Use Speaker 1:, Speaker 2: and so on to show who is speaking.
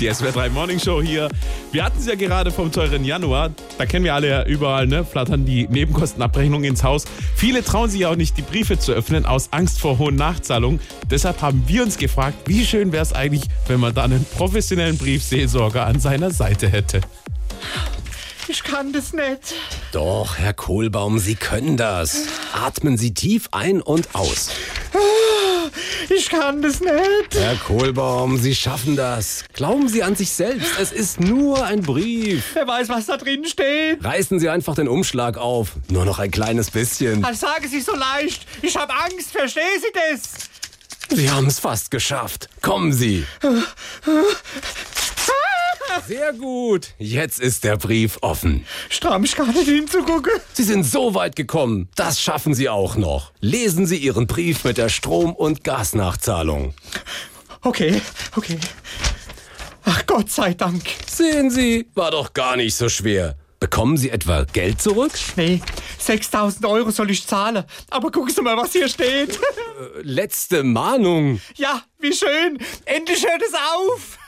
Speaker 1: Die SWR3 Morning Show hier. Wir hatten es ja gerade vom teuren Januar. Da kennen wir alle ja überall, ne? Flattern die Nebenkostenabrechnungen ins Haus. Viele trauen sich ja auch nicht, die Briefe zu öffnen, aus Angst vor hohen Nachzahlungen. Deshalb haben wir uns gefragt, wie schön wäre es eigentlich, wenn man da einen professionellen Briefseelsorger an seiner Seite hätte.
Speaker 2: Ich kann das nicht.
Speaker 3: Doch, Herr Kohlbaum, Sie können das. Atmen Sie tief ein und aus.
Speaker 2: Ich kann das nicht.
Speaker 3: Herr Kohlbaum, Sie schaffen das. Glauben Sie an sich selbst. Es ist nur ein Brief.
Speaker 2: Wer weiß, was da drin steht?
Speaker 3: Reißen Sie einfach den Umschlag auf. Nur noch ein kleines bisschen.
Speaker 2: Das sagen Sie so leicht. Ich habe Angst, verstehen Sie das?
Speaker 3: Sie haben es fast geschafft. Kommen Sie. Sehr gut. Jetzt ist der Brief offen.
Speaker 2: Ich trau mich gar nicht hinzugucken.
Speaker 3: Sie sind so weit gekommen. Das schaffen Sie auch noch. Lesen Sie Ihren Brief mit der Strom- und Gasnachzahlung.
Speaker 2: Okay, okay. Ach Gott sei Dank.
Speaker 3: Sehen Sie, war doch gar nicht so schwer. Bekommen Sie etwa Geld zurück?
Speaker 2: Nee, 6000 Euro soll ich zahlen. Aber gucken Sie mal, was hier steht.
Speaker 3: Letzte Mahnung.
Speaker 2: Ja, wie schön. Endlich hört es auf.